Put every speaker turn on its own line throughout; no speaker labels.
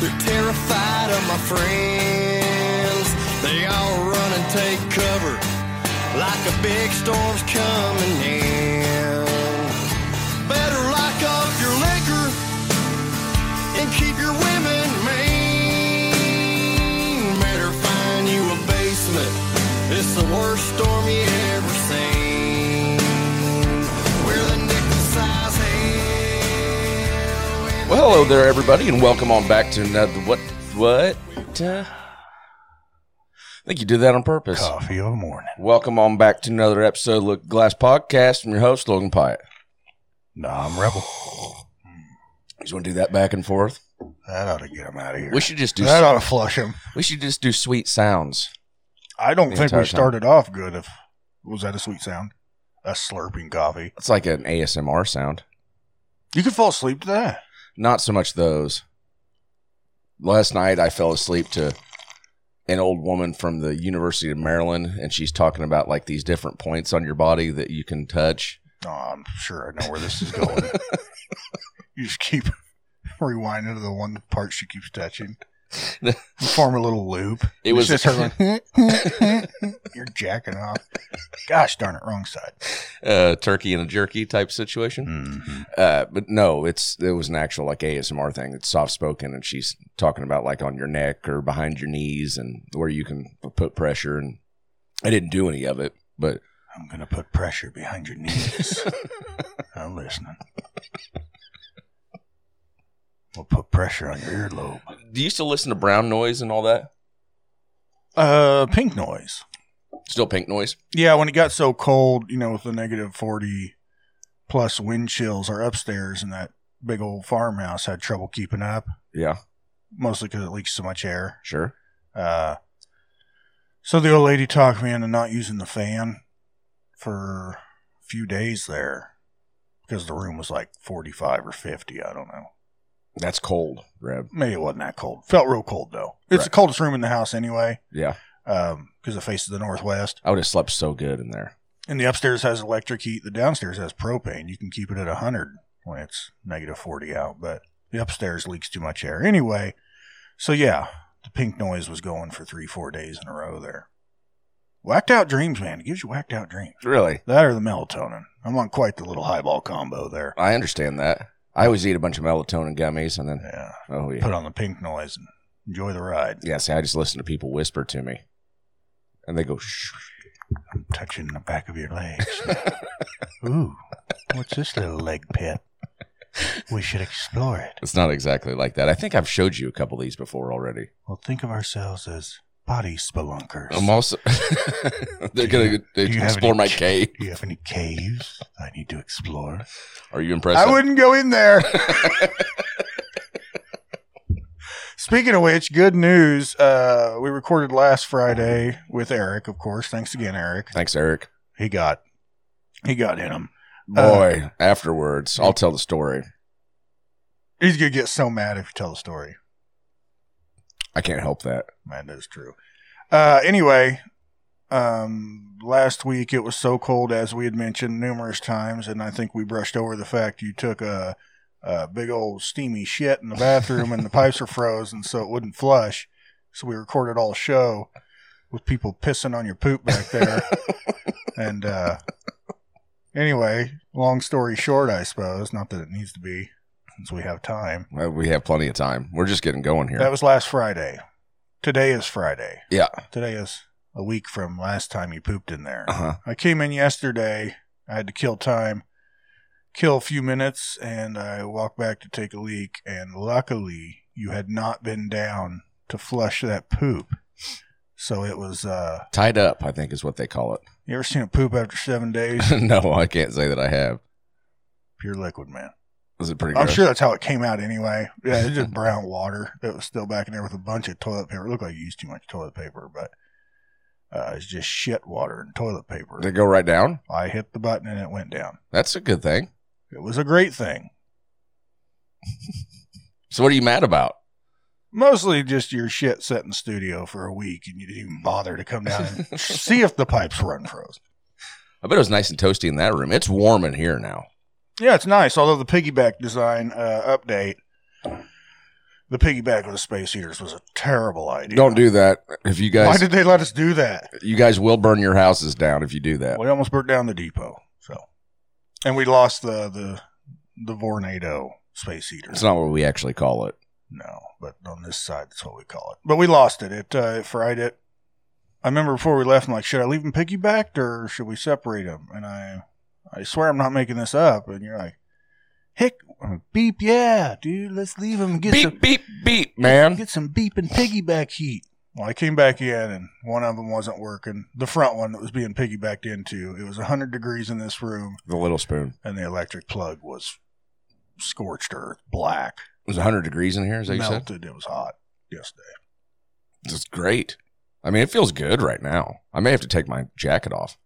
They're terrified of my friends. They all run and take cover like a big storm's coming in. Better lock up your liquor and keep your women mean. Better find you a basement. It's the worst storm you ever seen. We're the nickel-sized hell.
Well, hello there, everybody, and welcome on back to another what? What? Uh, I think you did that on purpose.
Coffee of a morning.
Welcome on back to another episode of Look Glass Podcast. I'm your host Logan Pyatt.
Nah, I'm rebel.
You just want to do that back and forth?
That ought to get him out of here.
We should just do.
that ought to flush him.
We should just do sweet sounds.
I don't
The
think
entire
we
time.
started off good. If was that a sweet sound? A slurping coffee.
It's like an ASMR sound.
You could fall asleep to that.
Not so much those. Last night I fell asleep to an old woman from the University of Maryland, and she's talking about like these different points on your body that you can touch.
Oh, I'm sure I know where this is going. you just keep rewinding to the one part she keeps touching. You form a little loop.
It was-
it's just her going, You're jacking off. Gosh darn it, wrong side.
uh, turkey and a jerky type situation. Uh, but no, it's it was an actual like ASMR thing. It's soft spoken, and she's talking about like on your neck or behind your knees and where you can p- put pressure. And I didn't do any of it, but
I'm gonna put pressure behind your knees. I'm listening. We'll put pressure on your earlobe.
do you still listen to brown noise and all that?
Uh, pink noise.
Still pink noise?
Yeah, when it got so cold, you know, with the negative forty plus wind chills, our upstairs in that big old farmhouse had trouble keeping up,
Yeah,
mostly because it leaks so much air.
sure.
Uh, so the old lady talked me into not using the fan for a few days there because the room was like forty-five or fifty. I don't know.
That's cold, Reb.
maybe it wasn't that cold. Felt real cold though. It's the coldest room in the house anyway,
Yeah,
because it faces the northwest.
I would have slept so good in there.
And the upstairs has electric heat. The downstairs has propane. You can keep it at hundred when it's negative forty out, but the upstairs leaks too much air anyway. So yeah, the pink noise was going for three, four days in a row there. Whacked out dreams, man. It gives you whacked out dreams.
Really,
That or the melatonin. I'm on quite the little highball combo there.
I understand that. I always eat a bunch of melatonin gummies, and then
Yeah.
oh yeah,
Put on the pink noise and enjoy the ride.
yeah. See, I just listen to people whisper to me, and they go shh.
touching the back of your legs. Ooh, what's this little leg pit? We should explore it.
It's not exactly like that. I think I've showed you a couple of these before already.
Well, think of ourselves as body spelunkers.
I'm also they're
Do you-
gonna they
do you have
explore
any
my
ch-
cave.
Do you have any caves I need to explore?
Are you impressed?
I wouldn't go in there. Speaking of which, good news. Uh, we recorded last Friday with Eric, of course. Thanks again, Eric.
Thanks, Eric.
He got, he got in him. Uh,
Boy, afterwards I'll tell the story.
He's gonna get so mad if you tell the story.
I can't help that.
Man, that is true. Uh, anyway, um, last week it was so cold, as we had mentioned numerous times, and I think we brushed over the fact you took a, a big old steamy shit in the bathroom, and the pipes were frozen, so it wouldn't flush. So we recorded all show with people pissing on your poop back there, and uh, anyway, long story short, I suppose not that it needs to be, since we have time.
Well, we have plenty of time. We're just getting going here.
That was last Friday. Today is Friday.
yeah.
Today is a week from last time you pooped in there.
Uh-huh.
I came in yesterday. I had to kill time, kill a few minutes, and I walked back to take a leak. And luckily, you had not been down to flush that poop. So it was, uh,
Tied up, I think is what they call it.
you ever seen a poop after seven days?
no, I can't say that I have.
Pure liquid, man.
Was it pretty?
I'm
gross?
sure that's how it came out anyway. Yeah, it's just brown water that was still back in there with a bunch of toilet paper. It looked like you used too much toilet paper, but uh, it's just shit water and toilet paper.
Did it go right down?
I hit the button and it went down.
That's a good thing.
It was a great thing.
So what are you mad about?
Mostly just your shit set in the studio for a week and you didn't even bother to come down and see if the pipes were unfrozen.
I bet it was nice and toasty in that room. It's warm in here now.
Yeah, it's nice. Although the piggyback design uh, update, the piggyback with the space heaters was a terrible idea.
Don't do that. If you
Why
guys,
did they let us do that?
you guys will burn your houses down if you do that.
We almost burnt down the depot. So, and we lost the the the Vornado space heater.
It's not what we actually call it.
No, but on this side, that's what we call it. But we lost it. It, uh, it fried it. I remember before we left, I'm like, should I leave them piggybacked or should we separate them? And I, I swear I'm not making this up. And you're like, hick, beep, yeah, dude, let's leave them and get
beep
some
beep beep, man.
get some beeping piggyback heat. Well, I came back in and one of them wasn't working. The front one that was being piggybacked into. It was 100 degrees in this room
The little spoon.
and the electric plug was scorched earth, black,
It was 100 degrees in here. Is that you said?
melted. It was hot yesterday.
It's great. I mean, it feels good right now. I may have to take my jacket off.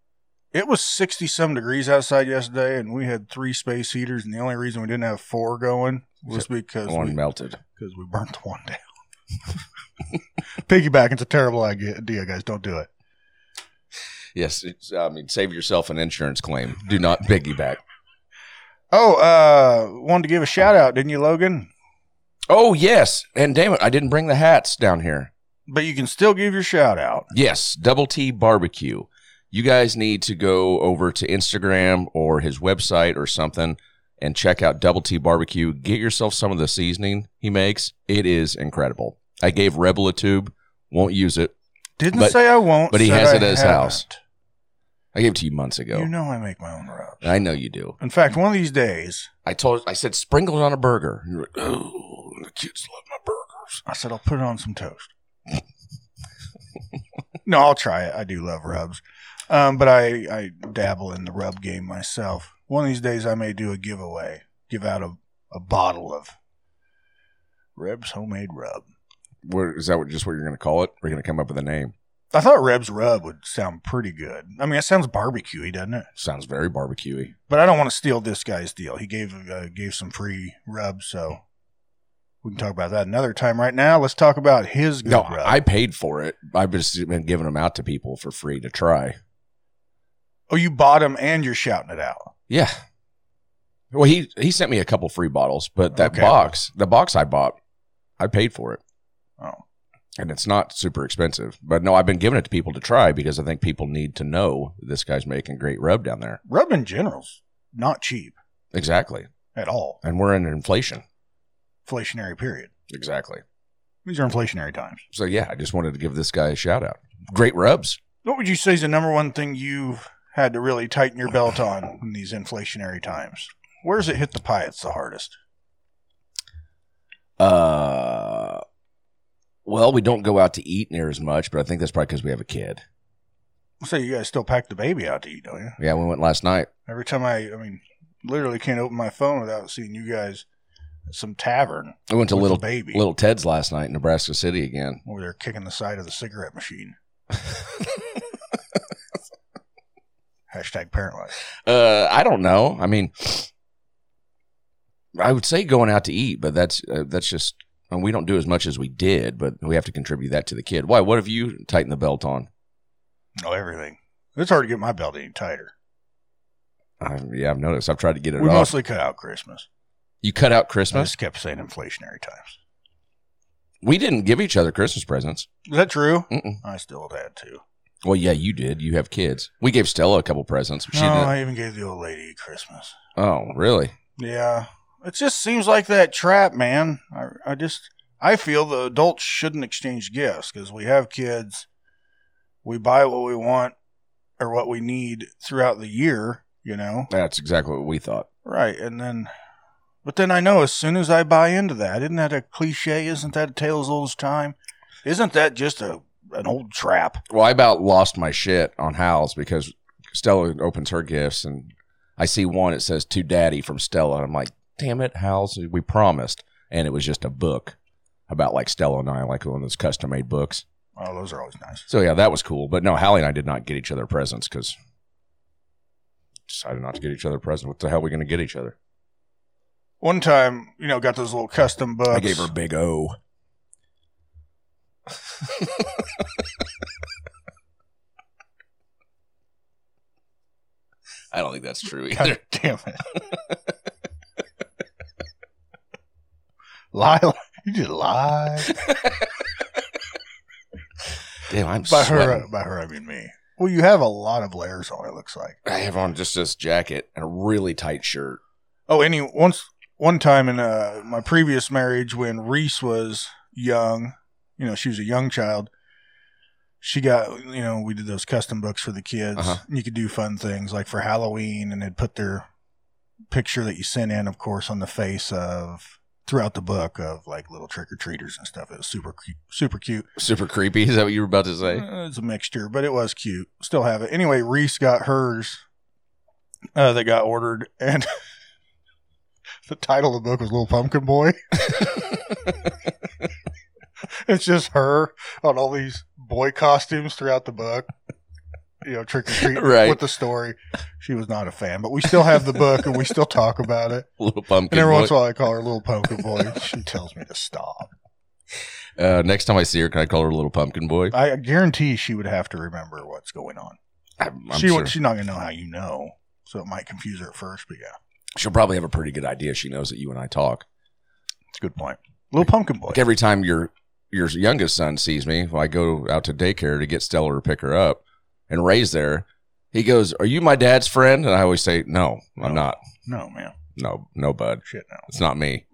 It was 60 some degrees outside yesterday, and we had three space heaters. And the only reason we didn't have four going was because
One
we,
melted.
because we burnt the one down. Piggyback, it's a terrible idea, guys. Don't do it.
Yes, it's, I mean, save yourself an insurance claim. Do not piggyback.
Oh, uh, wanted to give a shout out, didn't you, Logan?
Oh yes, and damn it, I didn't bring the hats down here.
But you can still give your shout out.
Yes, Double T Barbecue. You guys need to go over to Instagram or his website or something and check out Double T Barbecue. Get yourself some of the seasoning he makes. It is incredible. I gave Rebel a tube. Won't use it.
Didn't
But-
say I won't,
but he
said
has
I
it at his
haven't.
house. I gave it to you months ago.
You know I make my own rubs.
I know you do.
In fact, one of these days,
I told. I said sprinkle it on a burger. And You're like, oh, the kids love my burgers.
I said I'll put it on some toast. no, I'll try it. I do love rubs, um, but I I dabble in the rub game myself. One of these days, I may do a giveaway, give out a, a bottle of Reb's homemade rub.
What, is that what, just what you're going to call it? We're going to come up with a name.
I thought Reb's rub would sound pretty good. I mean, it sounds barbecuey, doesn't it?
Sounds very barbecuey.
But I don't want to steal this guy's deal. He gave uh, gave some free rub, so we can talk about that another time. Right now, let's talk about his good
No,
rub.
I paid for it. I've just been giving them out to people for free to try.
oh, you bought him and you're shouting it out.
Yeah. Well, he he sent me a couple free bottles, but that
Okay.
box, the box I bought, I paid for it,
Oh,
and it's not super expensive. But no, I've been giving it to people to try because I think people need to know this guy's making great rub down there.
rub in general's not cheap
Exactly,
at all.
and we're in inflation.
Inflationary period.
Exactly.
These are inflationary times.
So yeah, I just wanted to give this guy a shout out. Great rubs.
What would you say is the number one thing you've had to really tighten your belt on in these inflationary times? Where's it hit the pie? It's the hardest.
Uh, well, we don't go out to eat near as much, but I think that's probably because we have a kid.
So you guys still pack the baby out to eat, don't you?
Yeah, we went last night.
Every time I, I mean, literally can't open my phone without seeing you guys at some tavern
I went to
With
little
the baby.
little Ted's last night in Nebraska City again.
where they're kicking the side of the cigarette machine. Hashtag parent life.
uh, I don't know. I mean, I would say going out to eat, but that's uh, that's just and we don't do as much as we did, but we have to contribute that to the kid. Why? What have you tightened the belt on?
No, everything. It's hard to get my belt any tighter.
I, yeah, I've noticed. I've tried to get it
We
off.
mostly cut out Christmas.
you cut out
I
Christmas.
just kept saying inflationary times.
We didn't give each other Christmas presents.
Is that true?
Mm-mm.
I still had to.
Well, yeah, you did. You have kids. We gave Stella a couple presents. She
no,
didn't.
Oh, I even gave the old lady Christmas.
oh, really?
Yeah. It just seems like that trap, man. I, I just, I feel the adults shouldn't exchange gifts because we have kids. We buy what we want or what we need throughout the year, you know?
That's exactly what we thought.
Right. And then, but then I know as soon as I buy into that, isn't that a cliche? Isn't that a tale as old as time? Isn't that just a, an old trap?
Well, I about lost my shit on Hal's because Stella opens her gifts and I see one. It says to Daddy from Stella. And I'm like, damn it, Hal's, we promised. And it was just a book about like Stella and I, like one of those custom made books.
Oh, those are always nice.
So yeah, that was cool. But no, Hallie and I did not get each other presents because decided not to get each other presents. What the hell are we going to get each other?
One time, you know, got those little custom books.
I gave her a big O. I don't think that's true either.
God damn it. Lila, you just lie.
Damn, I'm
By
sweating.
her, by her, I mean me. Well, you have a lot of layers on. It looks like.
I have on just this jacket and a really tight shirt.
Oh, any once one time in uh, my previous marriage when Reese was young, you know, she was a young child. She got, you know, we did those custom books for the kids.
Uh-huh.
And you could do fun things like for Halloween, and they'd put their picture that you sent in, of course, on the face of throughout the book of like little trick or treaters and stuff. It was super, cu- super cute.
Super creepy. Is that what you were about to say?
Uh, It's a mixture, but it was cute. Still have it. Anyway, Reese got hers uh, that got ordered, and the title of the book was Little Pumpkin Boy. it's just her on all these boy costumes throughout the book. You know, trick or treat
Right.
with the story. She was not a fan, but we still have the book and we still talk about it.
Little pumpkin.
Mm-hmm. And every
boy.
once in a while, I call her Little Pumpkin Boy. she tells me to stop.
Uh, next time I see her, can I call her little pumpkin boy?
I guarantee she would have to remember what's going on.
I'm, I'm
she
sure.
would she's not gonna know how you know, so it might confuse her at first. But yeah,
She'll probably have a pretty good idea. She knows that you and I talk.
it's a good point. Little Pumpkin Boy.
Like every time your your youngest son sees me, when I go out to daycare to get Stella or pick her up, and Ray's there, he goes, "Are you my dad's friend?" And I always say, "No, I'm
No.
not.
No man,
No, no, bud.
shit no.
It's not me.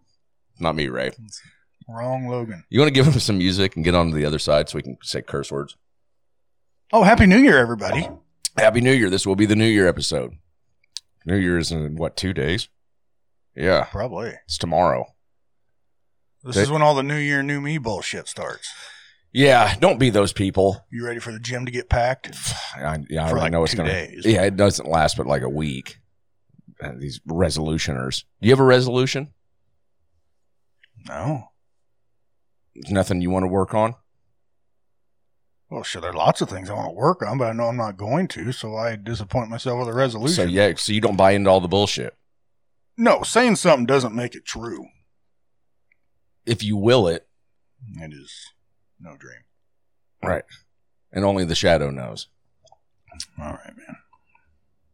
Not me, Ray."
Wrong Logan.
You want to give him some music and get on to the other side so we can say curse words?
Oh, Happy New Year, everybody.
Happy New Year. This will be the New Year episode. New Year is in what, two days? Yeah,
Probably.
it's tomorrow.
This is when all the New Year, New Me bullshit starts.
Yeah, don't be those people.
You ready for the gym to get packed?
I, yeah, I
For
already
like
know it's
two
going
days.
to. Yeah, it doesn't last but like a week. Uh, these resolutioners. Do you have a resolution?
No.
Nothing you want to work on?
Well, sure, there are lots of things I want to work on, but I know I'm not going to, so I disappoint myself with a
So,
resolution.
yeah, so you don't buy into all the bullshit.
No, saying something doesn't make it true.
If you will it,
It is no dream.
right. And only the shadow knows.
All right, man.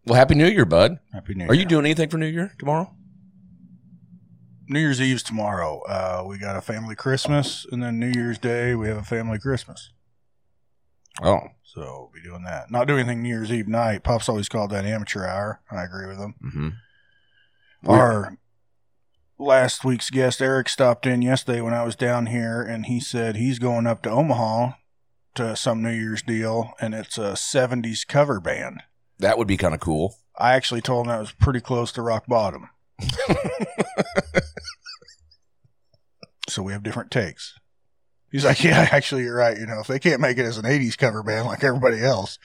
Well, Happy New Year, bud.
Happy New Year.
Are you doing anything for New Year tomorrow?
New Year's Eve's tomorrow. Uh, we got a family Christmas, and then New Year's Day we have a family Christmas.
Oh,
So we'll be doing that. Not doing anything New Year's Eve night. Pop's always called that amateur hour. I agree with him.
mm-hmm.
Our last week's guest Eric stopped in yesterday when I was down here, and he said he's going up to Omaha to some New Year's deal, and it's a '70s cover band.
that would be kind of cool.
I actually told him that was pretty close to rock bottom. so we have different takes. He's like, yeah, actually, you're right. You know, if they can't make it as an '80s cover band like everybody else,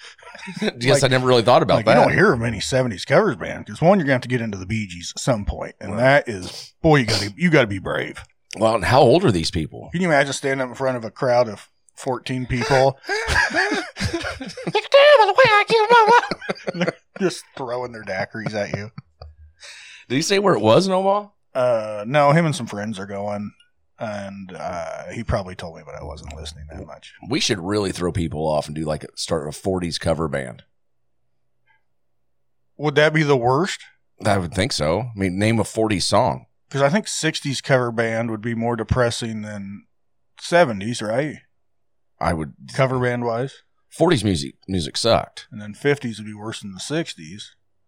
Yes, I never really thought about
like,
that.
you don't hear of many '70s covers band because one, you're gonna have to get into the Bee Gees at some point, and that is, boy, you gotta you gotta be brave.
well, and how old are these people?
Can you imagine standing up in front of a crowd of 14 people? Just throwing their daiquiris at you.
Did he say where it was in Omaha?
Uh, no, him and some friends are going, and uh, he probably told me, but I wasn't listening that much.
We should really throw people off and do like start a '40s cover band.
Would that be the worst?
I would think so. I mean, name a '40s song.
Because I think 60s cover band would be more depressing than 70s, right?
I would.
Cover band wise.
'40s music music sucked.
And then 50s would be worse than the 60s,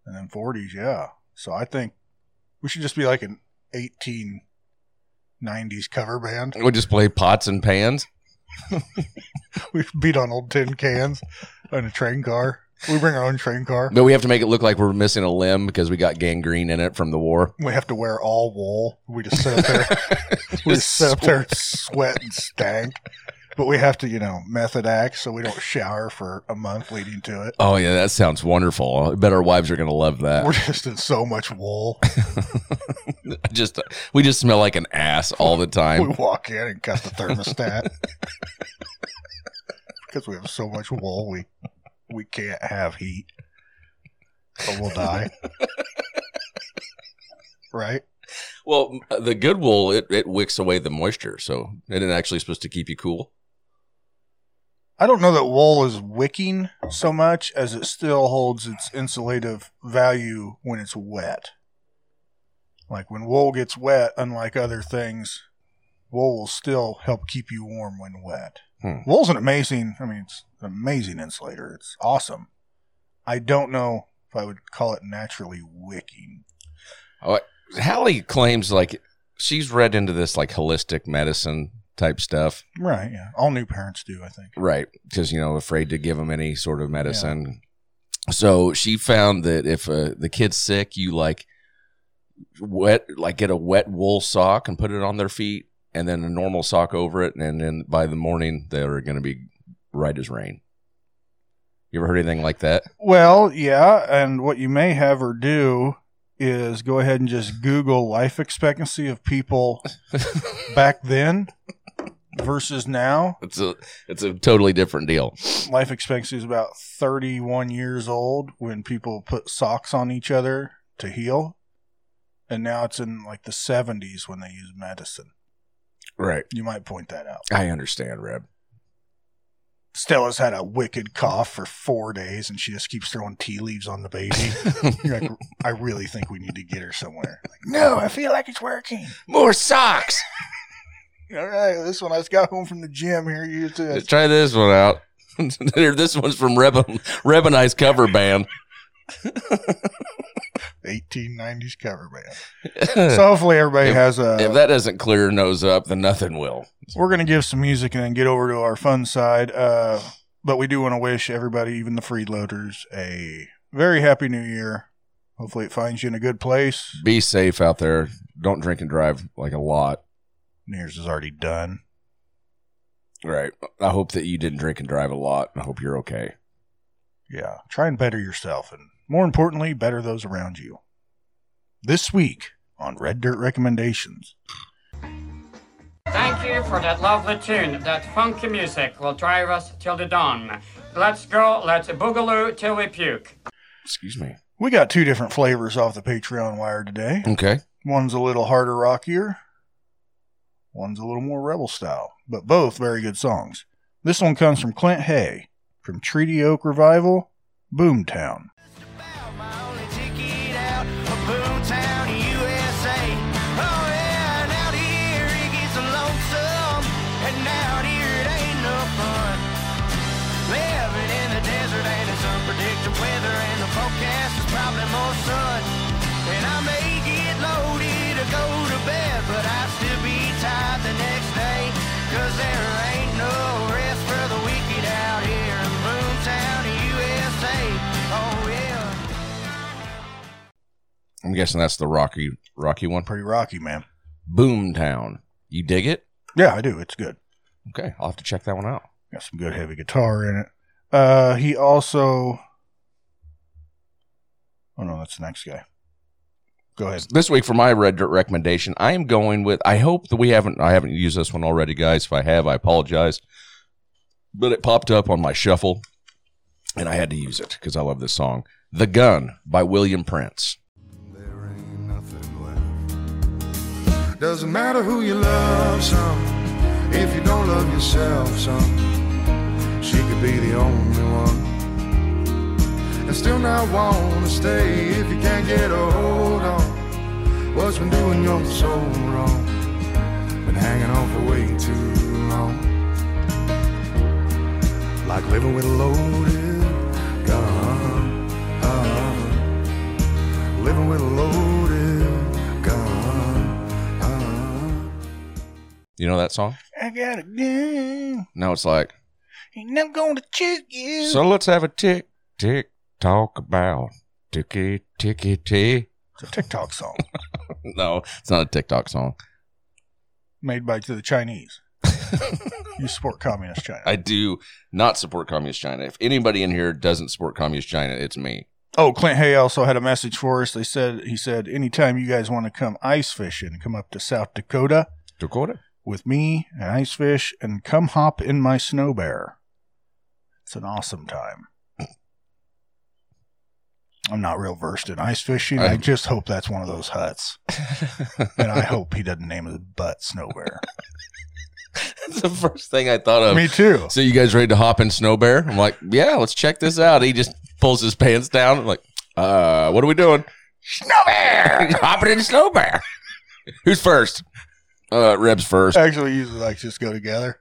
and then 40s, yeah. So I think we should just be like an 1890s cover band.
We just play pots and pans.
We beat on old tin cans on a train car. We bring our own train car.
But we have to make it look like we're missing a limb because we got gangrene in it from the war.
We have to wear all wool. We just sit up there. we just sit up there and sweat and stank. But we have to, you know, method act so we don't shower for a month leading to it.
Oh yeah, that sounds wonderful. I bet our wives are gonna love that.
We're just in so much wool.
just we just smell like an ass all the
We
time.
walk in and cut the thermostat because we have so much wool. We we can't have heat, or we'll die. right?
Well, the good wool it, it wicks away the moisture, so it isn't actually supposed to keep you cool.
I don't know that wool is wicking so much as it still holds its insulative value when it's wet. Like when wool gets wet, unlike other things, wool will still help keep you warm when wet.
Hmm.
Wool's an amazing, I mean, it's an amazing insulator. It's awesome. I don't know if I would call it naturally wicking.
Hallie claims like she's read into this like holistic medicine type stuff,
Right, yeah. All new parents do, I think.
right? Because you know, afraid to give them any sort of medicine. So she found that if uh, the kid's sick, you like wet, like get a wet wool sock and put it on their feet, and then a normal sock over it, and then by the morning they're going to be right as rain. You ever heard anything like that?
Well, yeah, and what you may have her do is go ahead and just Google life expectancy of people back then versus now.
It's a it's a totally different deal.
Life expectancy is about 31 years old when people put socks on each other to heal. And now it's in like the 70s when they use medicine.
Right.
You might point that out.
I understand, Reb.
Stella's had a wicked cough for four days and she just keeps throwing tea leaves on the baby. You're like, I really think we need to get her somewhere. Like, no, I feel like it's working.
More socks.
All right, this one I just got home from the gym. Here, uh, use this.
Try this one out. Here, this one's from Reb, Reb and I's cover band.
1890s cover band.
if
So hopefully everybody
If-
has a.
that doesn't clear your nose up, then nothing will.
we're gonna give some music and then get over to our fun side. Uh, but we do want to wish everybody, even the freeloaders, a very happy New Year. Hopefully, it finds you in a good place.
Be safe out there. Don't drink and drive like a lot.
New Year's is already done.
Right. I hope that you didn't drink and drive a lot. I hope you're okay.
Yeah, try and better yourself, and more importantly, better those around you. This week on Red Dirt Recommendations.
Thank you for that lovely tune. That funky music will drive us till the dawn. Let's go, let's boogaloo till we puke.
Excuse me.
We got two different flavors off the Patreon wire today.
Okay.
One's a little harder rockier. One's a little more rebel style, but both very good songs. This one comes from Clint Hay from Treaty Oak Revival, Boomtown.
about my only ticket out of Boomtown, USA. Oh yeah, and out here it gets lonesome, and out here it ain't no fun. Living in the desert and it's unpredictable weather, and the forecast is probably more sun. And I may get loaded or go to bed, but I still be tired the next day. Cause there ain't no rest for the wicked out here in Boomtown, USA. Oh yeah.
I'm guessing that's the rocky, rocky one.
Pretty rocky, man.
Boomtown. You dig it?
Yeah, I do. It's good.
Okay. I'll have to check that one out.
Got some good heavy guitar in it. Uh, he also. Oh no, that's the next guy. Go ahead.
This week for my red dirt recommendation, I am going with. I hope that we haven't. I haven't used this one already, guys. If I have, I apologize. But it popped up on my shuffle, and I had to use it because I love this song, "The Gun" by William Prince.
There ain't nothing left. Doesn't matter who you love, son. If you don't love yourself, son, she could be the only one. And still not wanna stay if you can't get a hold on. What's been doing you so wrong? Been hanging on for way too long. Like living with a loaded gun. Uh-huh. Living with a loaded gun.
You know that song?
I got a gun,
Now it's like,
and I'm gonna shoot you.
so let's have a tick tick talk about ticky ticky tick.
it's a TikTok song
No, it's not a TikTok song.
made by to the Chinese. You support communist China.
I do not support communist China. If anybody in here doesn't support communist China, it's me.
Oh, Clint Hay also had a message for us. They said he said, anytime you guys want to come ice fishing, come up to South Dakota
Dakota.
with me and ice fish, and come hop in my snow bear. It's an awesome time. I'm not real versed in ice fishing. I
I'm-
just hope that's one of those huts, and I hope he doesn't name his butt snow bear.
That's the first thing I thought of.
Me too.
So you guys ready to hop in Snow Bear? I'm like, yeah, let's check this out. He just pulls his pants down. I'm like, uh, what are we doing? Snow Bear, hopping in Snow Bear. Who's first? Uh, Reb's first.
Actually, usually like just go together.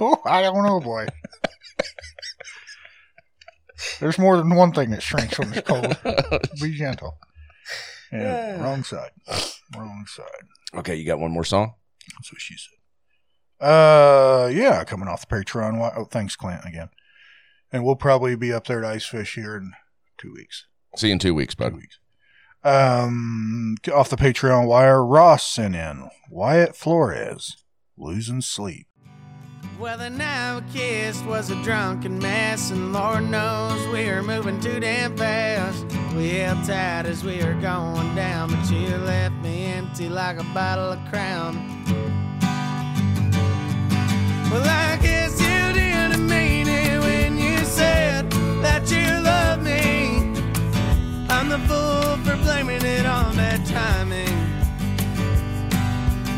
oh, I don't know, boy. There's more than one thing that shrinks when it's cold. Be gentle. Yeah, wrong side. Wrong side.
Okay, you got one more song.
That's what she said. Uh, yeah, coming off the Patreon. wa- Oh, thanks, Clint, again. And we'll probably be up there to ice fish here in two weeks.
See you in two weeks, bud.
Um, off the Patreon wire, Ross sent in Wyatt Flores losing sleep.
Well, the night we kissed was a drunken mess, and Lord knows we were moving too damn fast. We held tight as we were going down, but you left me empty like a bottle of Crown. Well, I guess you didn't mean it when you said that you loved me. I'm the fool for blaming it on bad timing.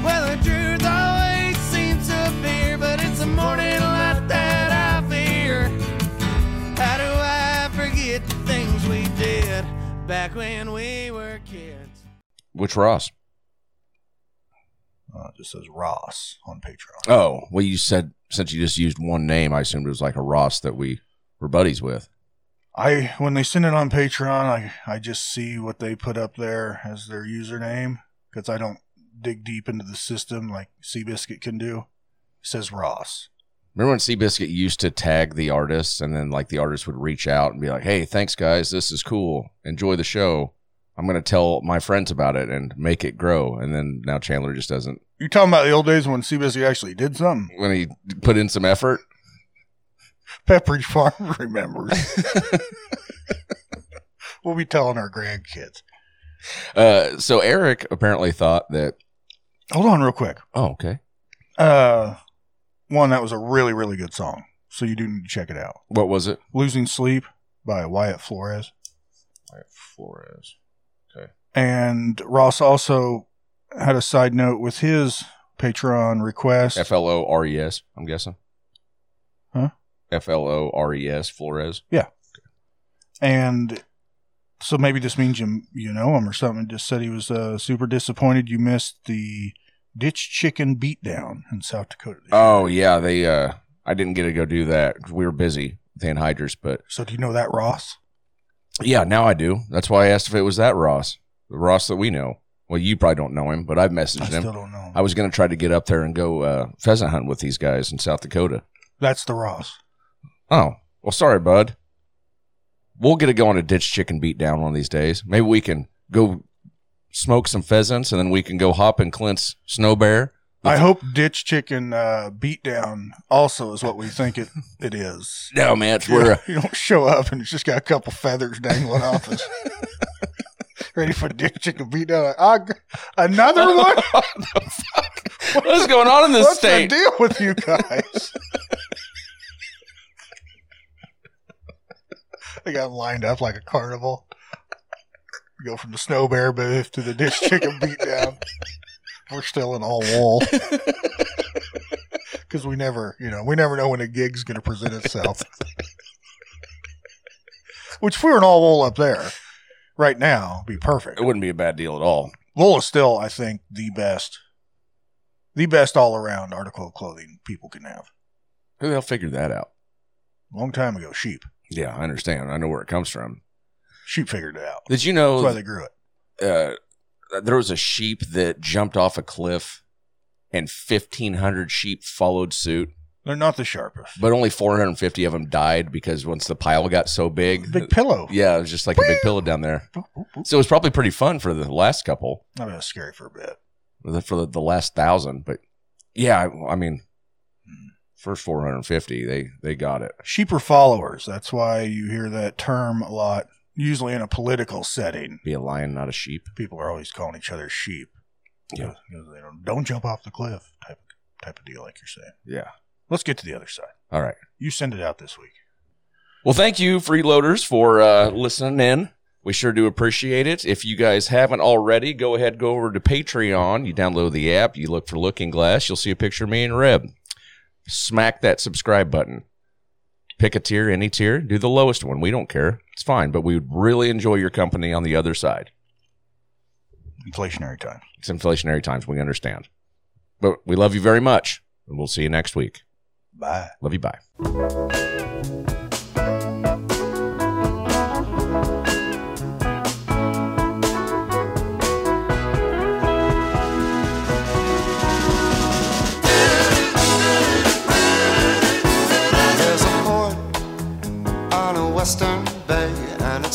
Well, the truth always seems to appear, but it's a morning light that I fear. How do I forget the things we did back when we were kids?
Which Ross?
Uh, it just says Ross on Patreon.
Oh, well, you said since you just used one name, I assumed it was like a Ross that we were buddies with.
I when they send it on Patreon, I I just see what they put up there as their username because I don't dig deep into the system like Seabiscuit can do. It says Ross.
Remember when Seabiscuit used to tag the artists and then like the artists would reach out and be like, Hey, thanks guys, this is cool. Enjoy the show. I'm gonna tell my friends about it and make it grow. And then now Chandler just doesn't
You talking about the old days when Seabiscuit actually did something?
when he put in some effort.
Pepperidge Farm remembers. we'll be telling our grandkids.
Uh so Eric apparently thought that
Hold on, real quick.
Oh, okay.
Uh, one that was a really really good song, so you do need to check it out.
What was it?
"Losing Sleep" by Wyatt Flores.
Flores.
And Ross also had a side note with his Patreon request.
F L O R E S, I'm guessing.
Huh?
F L O R E S Flores.
and so maybe this means you you know him or something. Just said he was uh, super disappointed you missed the ditch chicken beatdown in South Dakota.
Oh yeah, they uh I didn't get to go do that. 'cause We were busy with the anhydrous, but
So do you know that Ross?
yeah, now I do. That's why I asked if it was that Ross. The Ross that we know. Well, you probably don't know him, but I've messaged
I
him.
still don't know.
I was gonna try to get up there and go uh pheasant hunt with these guys in South Dakota.
That's the Ross.
Oh, well sorry, bud. We'll get to go on a ditch chicken beat down one of these days. Maybe we can go smoke some pheasants and then we can go hop in Clint's snow bear.
I hope ditch chicken uh, beatdown also is what we think it, it is.
No man, it's where uh,
you don't show up and it's just got a couple feathers dangling off us. Ready for ditch chicken beatdown? I, another one?
what is going on in this
What's
state?
the deal with you guys? they got lined up like a carnival. We go from the snow bear booth to the dish chicken beatdown. We're still in all wool because we never, you know, we never know when a gig's going to present itself. Which, if we were in all wool up there right now, it'd be perfect.
It wouldn't be a bad deal at all.
Wool is still, I think, the best, the best all around article of clothing people can have.
Who the hell figured that out?
Long time ago, sheep,
Yeah, I understand. I know where it comes from.
sheep figured it out.
Did you
That's why
know
they grew it.
uh, there was a sheep that jumped off a cliff and 1,500 sheep followed suit,
They're not the sharpest.
but only 450 of them died because once the pile got so big.
Big pillow.
yeah, it was just like a big pillow down there. So it was probably pretty fun for the last couple,
That was scary for a bit.
for the, for the last thousand. But yeah, I, I mean, first 450, they they got it.
Sheep are followers. That's why you hear that term a lot, usually in a political setting.
Be a lion, not a sheep.
People are always calling each other sheep.
Yeah.
You know, they don't, don't jump off the cliff type type of deal, like you're saying.
Yeah.
Let's get to the other side.
All right.
You send it out this week.
Well, thank you, freeloaders, for uh, listening in. We sure do appreciate it. If you guys haven't already, go ahead, go over to Patreon. You download the app, you look for Looking Glass, you'll see a picture of me and Reb. Smack that subscribe button. Pick a tier, any tier, do the lowest one. We don't care. It's fine, but we would really enjoy your company on the other side.
Inflationary time.
It's inflationary times. We understand. But we love you very much, and we'll see you next week.
Bye.
Love you. Bye.
There's a port on a western bay, and it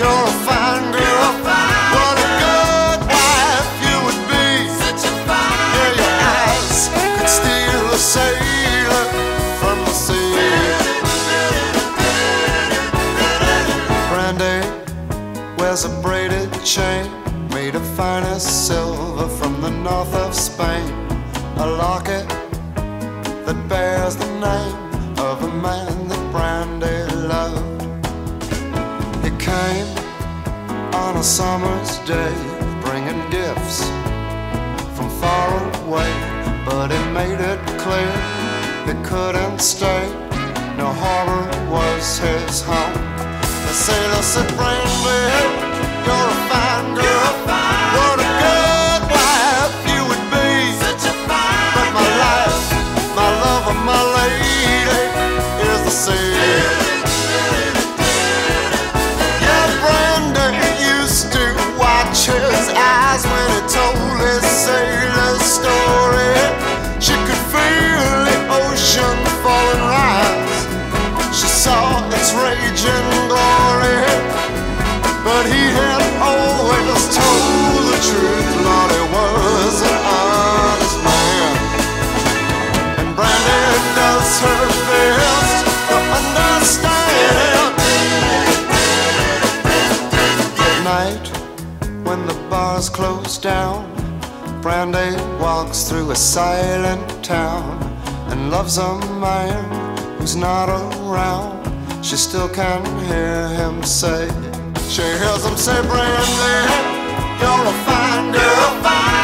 you're a fine girl. What a good wife you would be. Such a fine Yeah, your eyes could steal a sailor from the sea. Brandy wears a braided chain made of finest silver from the north of Spain. A locket that bears the name of a man that Brandy loved. He came on a summer's day, bringing gifts from far away, but he made it clear he couldn't stay. No harbor was his home. The sailor said, Brandy, you're a fine girl. What a good wife you would be. Such a fine But my life, my love, and my lady is the sea. Yeah, Brandon used to watch his eyes when he told his sailor story. She could feel the ocean falling rise. She saw its raging glory. But he had always told the truth. Lord, he was an honest man. And Brandon does her best to understand. At night, when the bars close down, Brandy walks through a silent town and loves a man who's not around. She still can hear him say, She hears him say, Brandy, you're a fine girl.